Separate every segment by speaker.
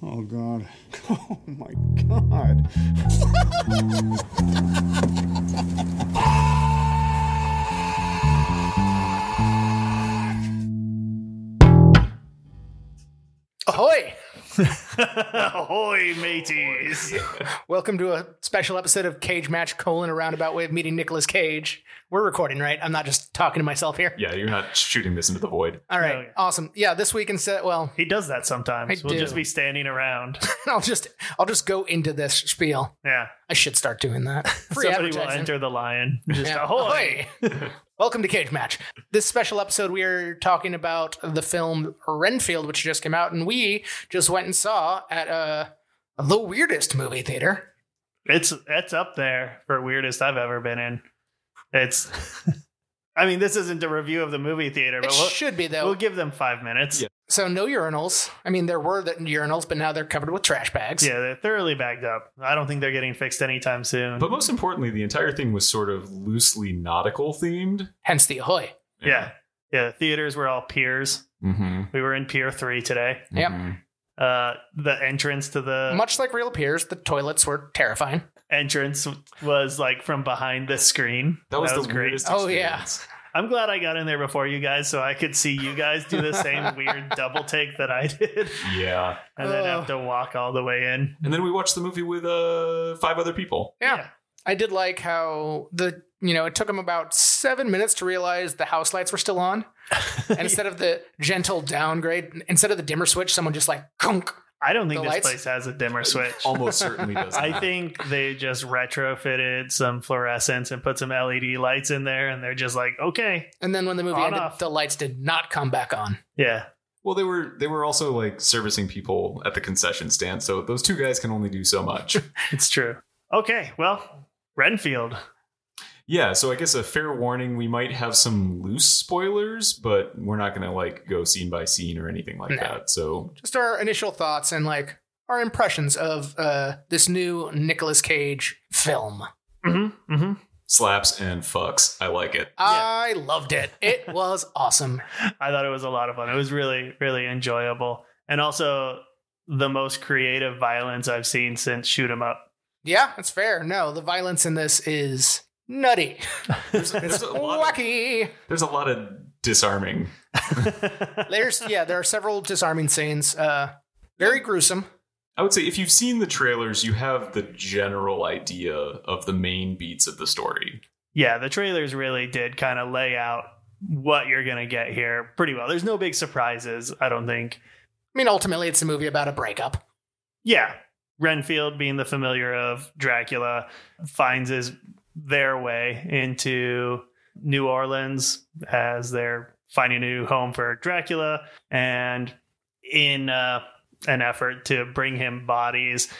Speaker 1: Oh God. Oh my God.
Speaker 2: Ahoy!
Speaker 3: Ahoy, mateys!
Speaker 2: Welcome to a special episode of Cage Match colon a roundabout way of meeting Nicolas Cage. We're recording, right? I'm not just talking to myself here.
Speaker 4: Yeah, you're not shooting this into the void.
Speaker 2: All right,
Speaker 3: No, yeah.
Speaker 2: awesome. Yeah, this week instead, well,
Speaker 3: He does that sometimes.
Speaker 2: I
Speaker 3: we'll
Speaker 2: do.
Speaker 3: just be standing around.
Speaker 2: I'll just I'll just go into this spiel.
Speaker 3: Yeah.
Speaker 2: I should start doing that. Free
Speaker 3: Somebody will
Speaker 2: advertising.
Speaker 3: enter the lion. Just
Speaker 2: Yeah.
Speaker 3: ahoy!
Speaker 2: Ahoy. Welcome to Cage Match. This special episode, we are talking about the film Renfield, which just came out, and we just went and saw at uh, the weirdest movie theater.
Speaker 3: It's it's up there for weirdest I've ever been in. It's I mean, this isn't a review of the movie theater,
Speaker 2: It
Speaker 3: but we'll,
Speaker 2: should be though.
Speaker 3: we'll give them five minutes. Yeah.
Speaker 4: Yeah.
Speaker 2: so no urinals. I mean, there were the urinals, but now they're covered with trash bags.
Speaker 3: they're thoroughly backed up. I don't think they're getting fixed anytime soon.
Speaker 4: But most importantly, the entire thing was sort of loosely nautical themed.
Speaker 2: Hence the ahoy.
Speaker 3: yeah. Yeah. Theaters were all piers.
Speaker 4: Mm-hmm.
Speaker 3: We were in Pier 3 today.
Speaker 2: Yep.
Speaker 3: Uh, the entrance to the
Speaker 2: Much like real peers, the toilets were terrifying.
Speaker 3: entrance was like from behind the screen.
Speaker 4: That was the
Speaker 3: great.
Speaker 4: weirdest.
Speaker 2: Oh, yeah.
Speaker 4: experience.
Speaker 3: I'm glad I got in there before you guys so I could see you guys do the same weird double take that I did
Speaker 4: Yeah.
Speaker 3: and then
Speaker 2: Oh.
Speaker 3: have to walk all the way in.
Speaker 4: And then we watched the movie with uh, five other people.
Speaker 2: Yeah.
Speaker 3: Yeah.
Speaker 2: I did like how the you know it took them about seven minutes to realize the house lights were still on, and instead of the gentle downgrade, instead of the dimmer switch, someone just like kunk.
Speaker 3: I don't think
Speaker 2: The
Speaker 3: this
Speaker 2: lights?
Speaker 3: place has a dimmer switch.
Speaker 4: Almost certainly does.
Speaker 3: I
Speaker 4: not.
Speaker 3: think they just retrofitted some fluorescence and put some LED lights in there and they're just like, okay.
Speaker 2: And then when the movie
Speaker 3: On
Speaker 2: ended,
Speaker 3: off.
Speaker 2: the lights did not come back on.
Speaker 3: Yeah.
Speaker 4: Well, they were they were also like servicing people at the concession stand, so those two guys can only do so much.
Speaker 3: It's true. Okay. Well, Renfield.
Speaker 4: yeah. So I guess a fair warning: we might have some loose spoilers, but we're not going to like go scene by scene or anything like
Speaker 2: No.
Speaker 4: that. So
Speaker 2: Just our initial thoughts and like our impressions of uh, this new Nicolas Cage film.
Speaker 3: Mm-hmm. Mm-hmm.
Speaker 4: slaps and fucks. I like it.
Speaker 2: I loved it. It was awesome.
Speaker 3: I thought it was a lot of fun. It was really, really enjoyable. And also the most creative violence I've seen since Shoot 'em Up.
Speaker 2: Yeah, that's fair. No, the violence in this is nutty.
Speaker 4: There's a lot of-
Speaker 2: Wacky.
Speaker 4: There's a lot of disarming.
Speaker 2: There's yeah, there are several disarming scenes. Uh, very gruesome.
Speaker 4: I would say if you've seen the trailers, you have the general idea of the main beats of the story.
Speaker 3: yeah, the trailers really did kind of lay out what you're going to get here pretty well. There's no big surprises, I don't think.
Speaker 2: I mean, ultimately, it's a movie about a breakup.
Speaker 3: Yeah, Renfield being the familiar of Dracula finds his their way into New Orleans as they're finding a new home for Dracula and in uh, an effort to bring him bodies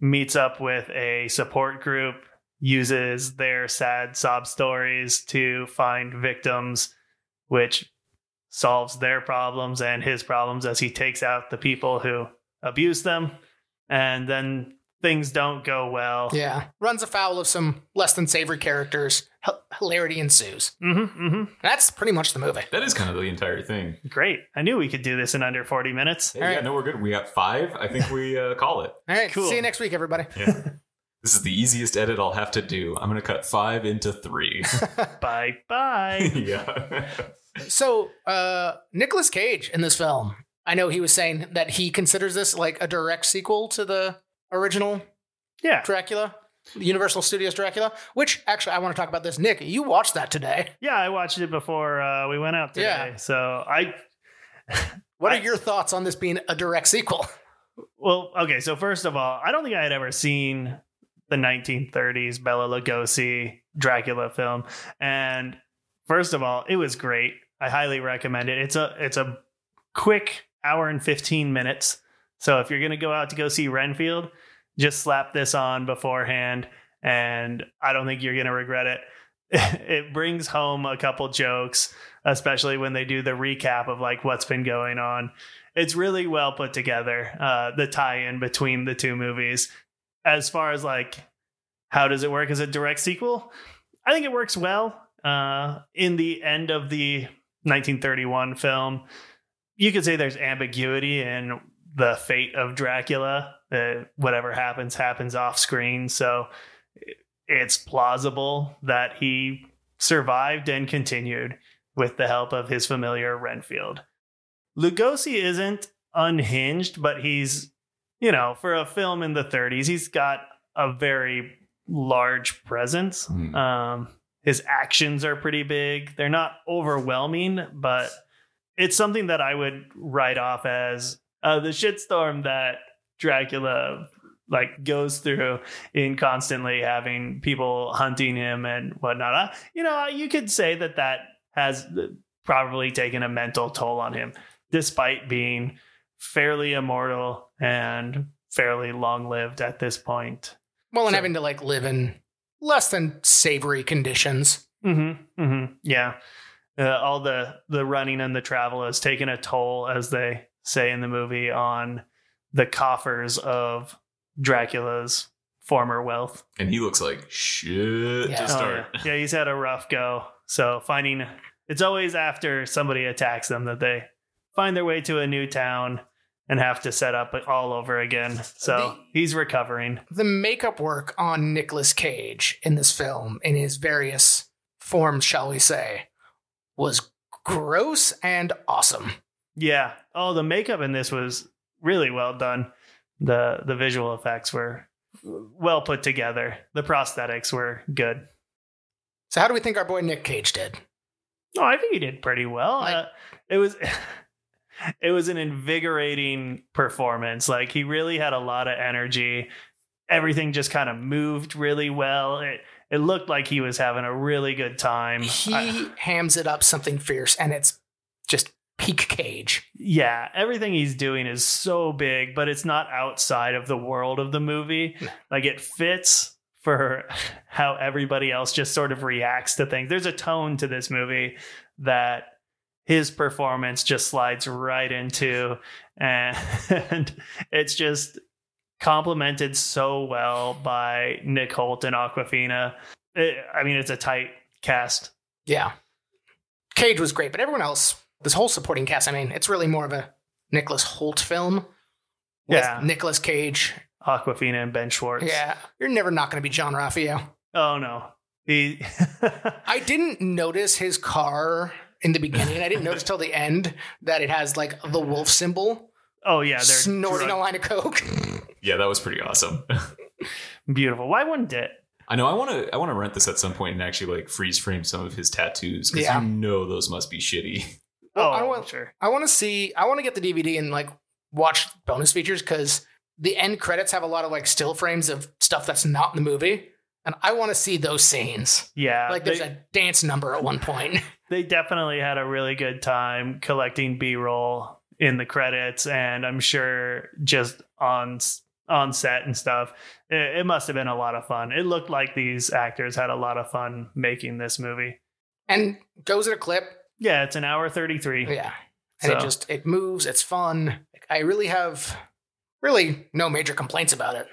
Speaker 3: meets up with a support group uses their sad sob stories to find victims, which solves their problems and his problems as he takes out the people who abuse them. And then things don't go well.
Speaker 2: Yeah, runs afoul of some less than savory characters. H- hilarity ensues.
Speaker 3: hmm hmm
Speaker 2: That's pretty much the movie.
Speaker 4: That is kind of the entire thing.
Speaker 3: Great. I knew we could do this in under 40 minutes.
Speaker 4: Hey,
Speaker 2: All
Speaker 4: yeah,
Speaker 2: right.
Speaker 4: no, we're good. We got five. I think we uh, call it.
Speaker 2: All right,
Speaker 3: Cool.
Speaker 2: see you next week, everybody.
Speaker 4: Yeah. this is the easiest edit I'll have to do. I'm going to cut five into three.
Speaker 3: Bye bye.
Speaker 4: yeah.
Speaker 2: So, uh, Nicolas Cage in this film, I know he was saying that he considers this like a direct sequel to the original
Speaker 3: yeah.
Speaker 2: Dracula, Universal Studios Dracula, which actually I want to talk about this. Nick, you watched that today.
Speaker 3: Yeah, I watched it before uh, we went out today.
Speaker 2: Yeah.
Speaker 3: So I
Speaker 2: What are
Speaker 3: I-
Speaker 2: your thoughts on this being a direct sequel?
Speaker 3: Well, okay. So first of all, I don't think I had ever seen the 1930s Bella Lugosi Dracula film, and first of all, it was great. I highly recommend it. It's a it's a quick hour and 15 minutes. So if you're gonna go out to go see Renfield, just slap this on beforehand, and I don't think you're gonna regret it. It brings home a couple jokes, especially when they do the recap of like what's been going on it's really well put together uh the tie-in between the two movies as far as like how does it work as a direct sequel i think it works well uh in the end of the 1931 film you could say there's ambiguity in the fate of Dracula. Uh, whatever happens, happens off screen. So i- it's plausible that he survived and continued with the help of his familiar Renfield. Lugosi isn't unhinged, but he's, you know, for a film in the 30s, he's got a very large presence.
Speaker 4: Hmm.
Speaker 3: Um, his actions are pretty big. They're not overwhelming, but it's something that I would write off as uh, the shitstorm that Dracula like goes through in constantly having people hunting him and whatnot. Uh, you know, you could say that that has uh, probably taken a mental toll on him, despite being fairly immortal and fairly long lived at this point.
Speaker 2: Well, and
Speaker 3: So-
Speaker 2: having to like live in less than savory conditions.
Speaker 3: hmm hmm Yeah. Uh, all the the running and the travel has taken a toll, as they say in the movie, on the coffers of Dracula's former wealth. Uh,
Speaker 4: and he looks like shit
Speaker 2: Yeah.
Speaker 4: to
Speaker 2: Oh,
Speaker 4: start.
Speaker 3: yeah. Yeah, he's had a rough go. So finding it's always after somebody attacks them that they find their way to a new town and have to set up all over again. So he's recovering.
Speaker 2: The makeup work on Nicolas Cage in this film, in his various forms, shall we say, was gross and awesome.
Speaker 3: Yeah. Oh, the makeup in this was really well done. The the visual effects were well put together. The prosthetics were good.
Speaker 2: So, how do we think our boy Nick Cage did?
Speaker 3: No, I think he did pretty well.
Speaker 2: Like-
Speaker 3: uh, it was it was an invigorating performance. Like he really had a lot of energy. Everything just kind of moved really well. It it looked like he was having a really good time.
Speaker 2: He
Speaker 3: I-
Speaker 2: hams it up something fierce, and it's just peak Cage.
Speaker 3: yeah, everything he's doing is so big, but it's not outside of the world of the movie. Like it fits for how everybody else just sort of reacts to things. There's a tone to this movie that his performance just slides right into and, it's just complemented so well by Nick Holt and Aquafina. It, I mean, it's a tight cast.
Speaker 2: Yeah. Cage was great, but everyone else, this whole supporting cast, I mean, it's really more of a Nicholas Holt film. With
Speaker 3: Yeah.
Speaker 2: Nicolas Cage.
Speaker 3: Aquafina and Ben Schwartz.
Speaker 2: Yeah. You're never not going to be John Raphael.
Speaker 3: Oh no. He
Speaker 2: I didn't notice his car in the beginning. I didn't notice till the end that it has like the wolf symbol
Speaker 3: Oh yeah, they're
Speaker 2: snorting a
Speaker 3: drug-
Speaker 2: line of coke.
Speaker 4: Yeah, that was pretty awesome.
Speaker 3: beautiful. Why wouldn't it?
Speaker 4: I know. I want to. I want to rent this at some point and actually like freeze frame some of his tattoos because
Speaker 2: Yeah.
Speaker 4: you know those must be shitty.
Speaker 2: Well,
Speaker 3: oh,
Speaker 2: I want-
Speaker 3: sure.
Speaker 2: I want to see. I want to get the DVD and like watch bonus features because the end credits have a lot of like still frames of stuff that's not in the movie, and I want to see those scenes.
Speaker 3: Yeah,
Speaker 2: Like
Speaker 3: they,
Speaker 2: there's a dance number at one point.
Speaker 3: they definitely had a really good time collecting B-roll in the credits, and I'm sure just on s- on set and stuff, it, it must have been a lot of fun. It looked like these actors had a lot of fun making this movie.
Speaker 2: and goes at a clip.
Speaker 3: Yeah, it's an hour thirty three.
Speaker 2: Yeah. And it
Speaker 3: So-
Speaker 2: just it moves, it's fun. I really have really no major complaints about it.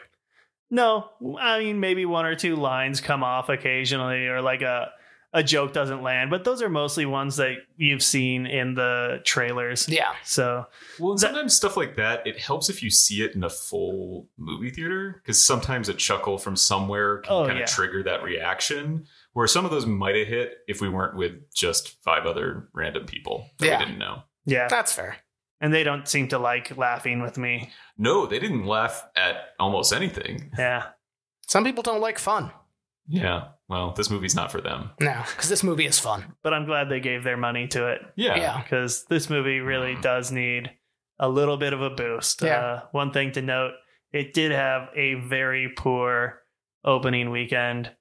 Speaker 3: No, I mean maybe one or two lines come off occasionally, or like a a joke doesn't land, but those are mostly ones that you've seen in the trailers.
Speaker 2: Yeah.
Speaker 3: So
Speaker 4: Well, and
Speaker 3: That-
Speaker 4: sometimes stuff like that, it helps if you see it in a full movie theater because sometimes a chuckle from somewhere can
Speaker 3: Oh,
Speaker 4: kind of
Speaker 3: yeah.
Speaker 4: trigger that reaction. Where some of those might have hit if we weren't with just five other random people that
Speaker 2: Yeah.
Speaker 4: we didn't know.
Speaker 3: yeah,
Speaker 2: That's fair.
Speaker 3: and they don't seem to like laughing with me.
Speaker 4: No, they didn't laugh at almost anything.
Speaker 3: Yeah,
Speaker 2: Some people don't like fun.
Speaker 4: Yeah. Well, this movie's not for them.
Speaker 2: No, because this movie is fun.
Speaker 3: but I'm glad they gave their money to it
Speaker 4: Yeah.
Speaker 2: Yeah.
Speaker 3: because this movie really does need a little bit of a boost.
Speaker 2: Yeah.
Speaker 3: Uh, one thing to note: it did have a very poor opening weekend,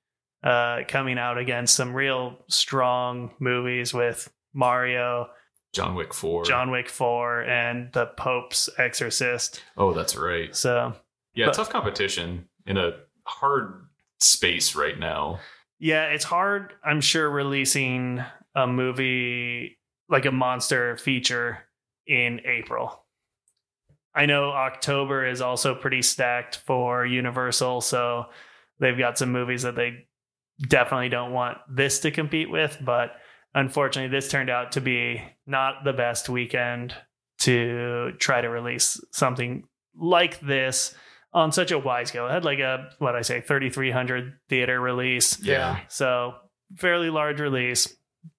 Speaker 3: uh, coming out against some real strong movies with Mario,
Speaker 4: John Wick 4.
Speaker 3: John Wick Four, and The Pope's Exorcist.
Speaker 4: Oh, that's right.
Speaker 3: So
Speaker 4: Yeah,
Speaker 3: But-
Speaker 4: tough competition in a hard space right now.
Speaker 3: Yeah, it's hard, I'm sure, releasing a movie like a monster feature in April. I know October is also pretty stacked for Universal, so they've got some movies that they definitely don't want this to compete with, but unfortunately, this turned out to be not the best weekend to try to release something like this on such a wide scale. It had like a what I say 3300 theater release.
Speaker 4: Yeah.
Speaker 3: So, fairly large release.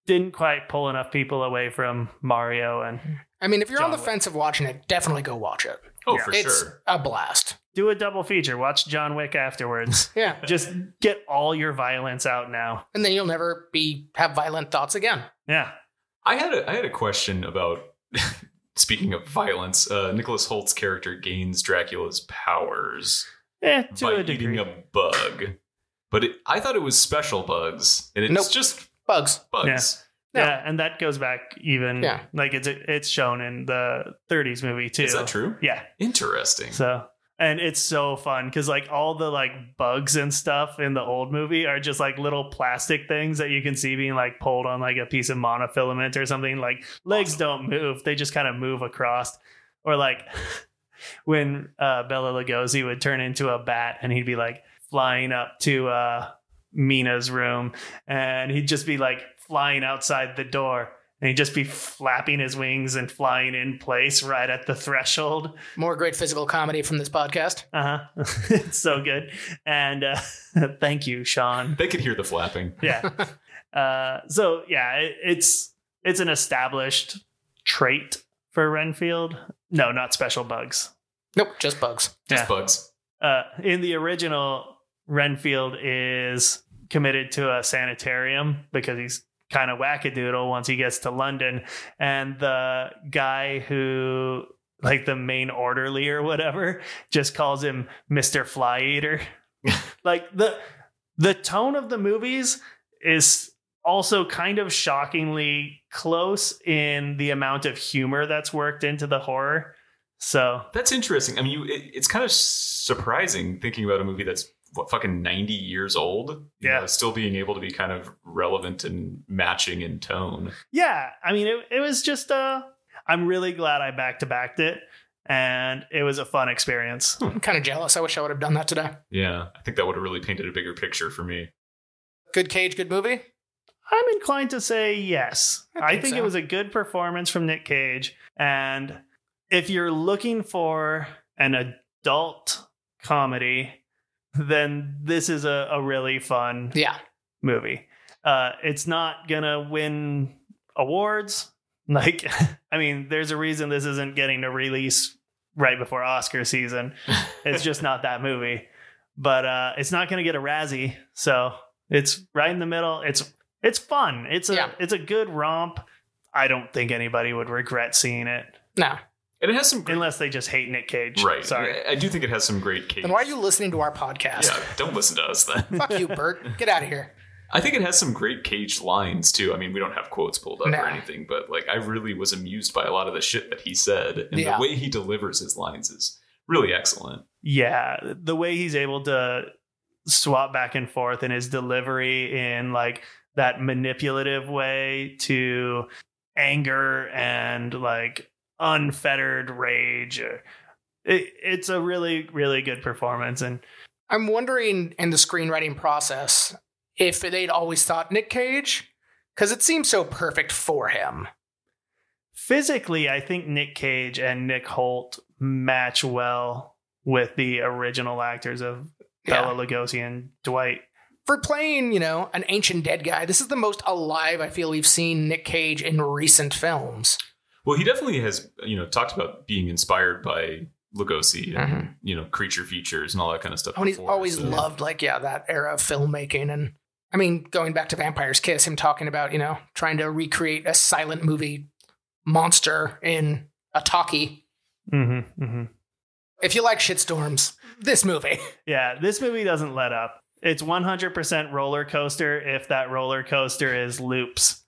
Speaker 3: Didn't quite pull enough people away from Mario and
Speaker 2: I mean, if you're on
Speaker 3: John
Speaker 2: the
Speaker 3: Wick.
Speaker 2: fence of watching it, definitely go watch it.
Speaker 4: Oh,
Speaker 3: Yeah.
Speaker 4: for
Speaker 2: it's
Speaker 4: sure.
Speaker 2: a blast.
Speaker 3: do a double feature. Watch John Wick afterwards.
Speaker 2: Yeah.
Speaker 3: Just get all your violence out now.
Speaker 2: And then you'll never be have violent thoughts again.
Speaker 3: Yeah.
Speaker 4: I had a I had a question about speaking of violence. Uh, Nicholas Holt's character gains Dracula's powers
Speaker 3: Eh, to
Speaker 4: by
Speaker 3: a
Speaker 4: eating
Speaker 3: degree.
Speaker 4: a bug, but it, I thought it was special bugs, and it's
Speaker 2: Nope.
Speaker 4: just
Speaker 2: Bugs.
Speaker 4: bugs.
Speaker 2: No.
Speaker 3: Yeah, and that goes back even
Speaker 2: Yeah.
Speaker 3: like it's it's shown in the 30s movie too.
Speaker 4: Is that true?
Speaker 3: Yeah.
Speaker 4: Interesting.
Speaker 3: So and it's so fun because like all the like bugs and stuff in the old movie are just like little plastic things that you can see being like pulled on like a piece of monofilament or something. Like legs don't move; they just kind of move across. Or like when uh, Bella Lugosi would turn into a bat and he'd be like flying up to uh, Mina's room and he'd just be like flying outside the door. And he'd just be flapping his wings and flying in place right at the threshold.
Speaker 2: More great physical comedy from this podcast.
Speaker 3: Uh huh. it's so good. And uh, thank you, Sean.
Speaker 4: they could hear the flapping.
Speaker 3: Yeah. uh, so yeah, it, it's it's an established trait for Renfield. No, not special bugs.
Speaker 2: Nope, just bugs.
Speaker 4: Just
Speaker 3: Yeah.
Speaker 4: bugs.
Speaker 3: Uh, in the original, Renfield is committed to a sanitarium because he's kind of wackadoodle once he gets to London. And the guy who, like the main orderly or whatever, just calls him Mr. Fly Eater. like the the tone of the movies is also kind of shockingly close in the amount of humor that's worked into the horror. So
Speaker 4: That's interesting. I mean, you, it, it's kind of surprising thinking about a movie that's what fucking ninety years old. you
Speaker 3: Yeah.
Speaker 4: know, still being able to be kind of relevant and matching in tone.
Speaker 3: yeah i mean it, it was just uh i'm really glad i back to backed it and it was a fun experience
Speaker 2: I'm kind of jealous. I wish I would have done that today.
Speaker 4: Yeah, I think that would have really painted a bigger picture for me.
Speaker 2: Good cage, good movie.
Speaker 3: i'm inclined to say yes
Speaker 2: I
Speaker 3: i
Speaker 2: think
Speaker 3: think,
Speaker 2: so.
Speaker 3: it was a good performance from nick cage and if you're looking for an adult comedy then this is a, a really fun
Speaker 2: Yeah.
Speaker 3: movie. Uh, it's not gonna win awards. Like, I mean, there's a reason this isn't getting a release right before Oscar season. It's just not that movie. But uh, it's not gonna get a Razzie, so it's right in the middle. It's it's fun. It's a
Speaker 2: Yeah.
Speaker 3: it's a good romp. I don't think anybody would regret seeing it
Speaker 2: No.
Speaker 4: And it has some great,
Speaker 3: unless they just hate Nick Cage.
Speaker 4: right.
Speaker 3: Sorry.
Speaker 4: I, I do think it has some great cage.
Speaker 2: Then why are you listening to our podcast?
Speaker 4: Yeah, don't listen to us then.
Speaker 2: Fuck you, Bert. Get out of here.
Speaker 4: I think it has some great caged lines too. I mean, we don't have quotes pulled up
Speaker 2: Nah.
Speaker 4: or anything, but like I really was amused by a lot of the shit that he said and
Speaker 2: Yeah.
Speaker 4: the way he delivers his lines is really excellent.
Speaker 3: Yeah, the way he's able to swap back and forth in his delivery in like that manipulative way to anger and like unfettered rage. uh, It, it's a really, really good performance. And
Speaker 2: I'm wondering in the screenwriting process if they'd always thought Nick Cage, because it seems so perfect for him.
Speaker 3: physically, I think Nick Cage and Nick Holt match well with the original actors of
Speaker 2: Yeah.
Speaker 3: Bella Lugosi and Dwight.
Speaker 2: For playing, you know, an ancient dead guy, this is the most alive I feel we've seen Nick Cage in recent films.
Speaker 4: Well, he definitely has, you know, talked about being inspired by Lugosi and,
Speaker 2: Mhm.
Speaker 4: you know, creature features and all that kind of stuff.
Speaker 2: I mean, Oh, he's
Speaker 4: before,
Speaker 2: always
Speaker 4: so-
Speaker 2: loved, like, yeah, that era of filmmaking. And I mean, going back to Vampire's Kiss, him talking about, you know, trying to recreate a silent movie monster in a talkie.
Speaker 3: Mm-hmm, mm-hmm.
Speaker 2: If you like shitstorms, this movie.
Speaker 3: Yeah, this movie doesn't let up. It's 100% roller coaster if that roller coaster is loops.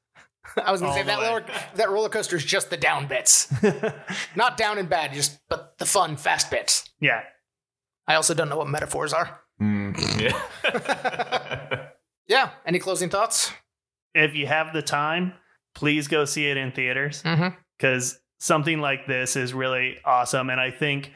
Speaker 2: I was going
Speaker 3: All
Speaker 2: to say that
Speaker 3: the way.
Speaker 2: roller, that roller coaster is just the down bits, not down and bad, just but the fun fast bits.
Speaker 3: yeah.
Speaker 2: I also don't know what metaphors are.
Speaker 4: Mm, yeah.
Speaker 2: Yeah. Any closing thoughts?
Speaker 3: If you have the time, please go see it in theaters
Speaker 2: Mm-hmm.
Speaker 3: because something like this is really awesome. And I think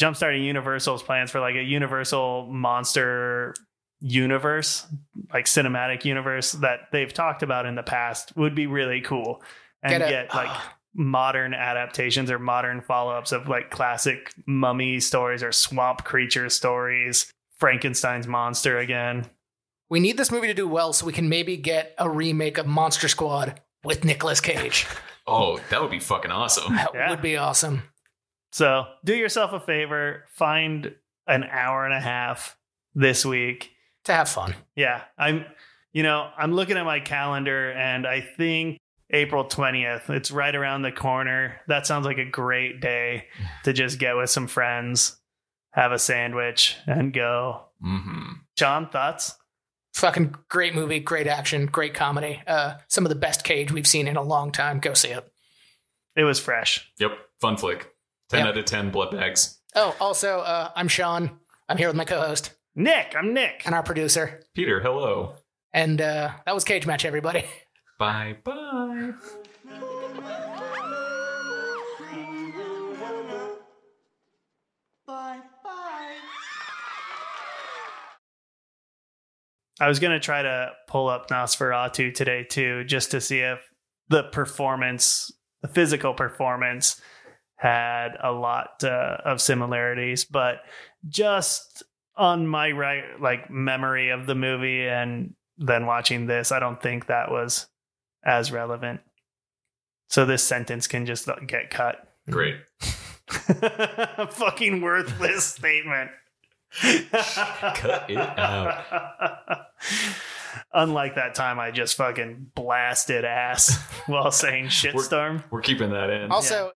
Speaker 3: jumpstarting Universal's plans for like a Universal monster universe, like cinematic universe that they've talked about in the past would be really cool. And get, like modern adaptations or modern follow-ups of like classic mummy stories or swamp creature stories frankenstein's monster again
Speaker 2: We need this movie to do well so we can maybe get a remake of Monster Squad with Nicolas Cage.
Speaker 4: Oh, that would be fucking awesome.
Speaker 2: That
Speaker 3: Yeah.
Speaker 2: would be awesome.
Speaker 3: so do yourself a favor find an hour and a half this week
Speaker 2: To have fun.
Speaker 3: yeah i'm you know i'm looking at my calendar and i think april 20th it's right around the corner that sounds like a great day to just get with some friends have a sandwich and go
Speaker 4: hmm
Speaker 3: John, thoughts?
Speaker 2: Fucking great movie, great action, great comedy. Uh, some of the best Cage we've seen in a long time. Go see it.
Speaker 3: It was fresh.
Speaker 4: Yep. Fun flick. 10
Speaker 2: Yep.
Speaker 4: out of 10 blood bags.
Speaker 2: Oh, also, uh, I'm Sean. I'm here with my co host
Speaker 3: Nick, I'm Nick.
Speaker 2: and our producer.
Speaker 4: Peter, hello.
Speaker 2: And uh, that was Cage Match, everybody.
Speaker 4: Bye bye.
Speaker 5: Bye bye.
Speaker 3: I was gonna try to pull up Nosferatu today too, just to see if the performance, the physical performance, had a lot uh, of similarities, but just on my right, like memory of the movie, and then watching this, I don't think that was as relevant. So this sentence can just get cut.
Speaker 4: Great.
Speaker 3: Fucking worthless statement. Cut
Speaker 4: it
Speaker 3: out. Unlike that time I just fucking blasted ass while saying shitstorm.
Speaker 4: We're keeping that in.
Speaker 2: Also,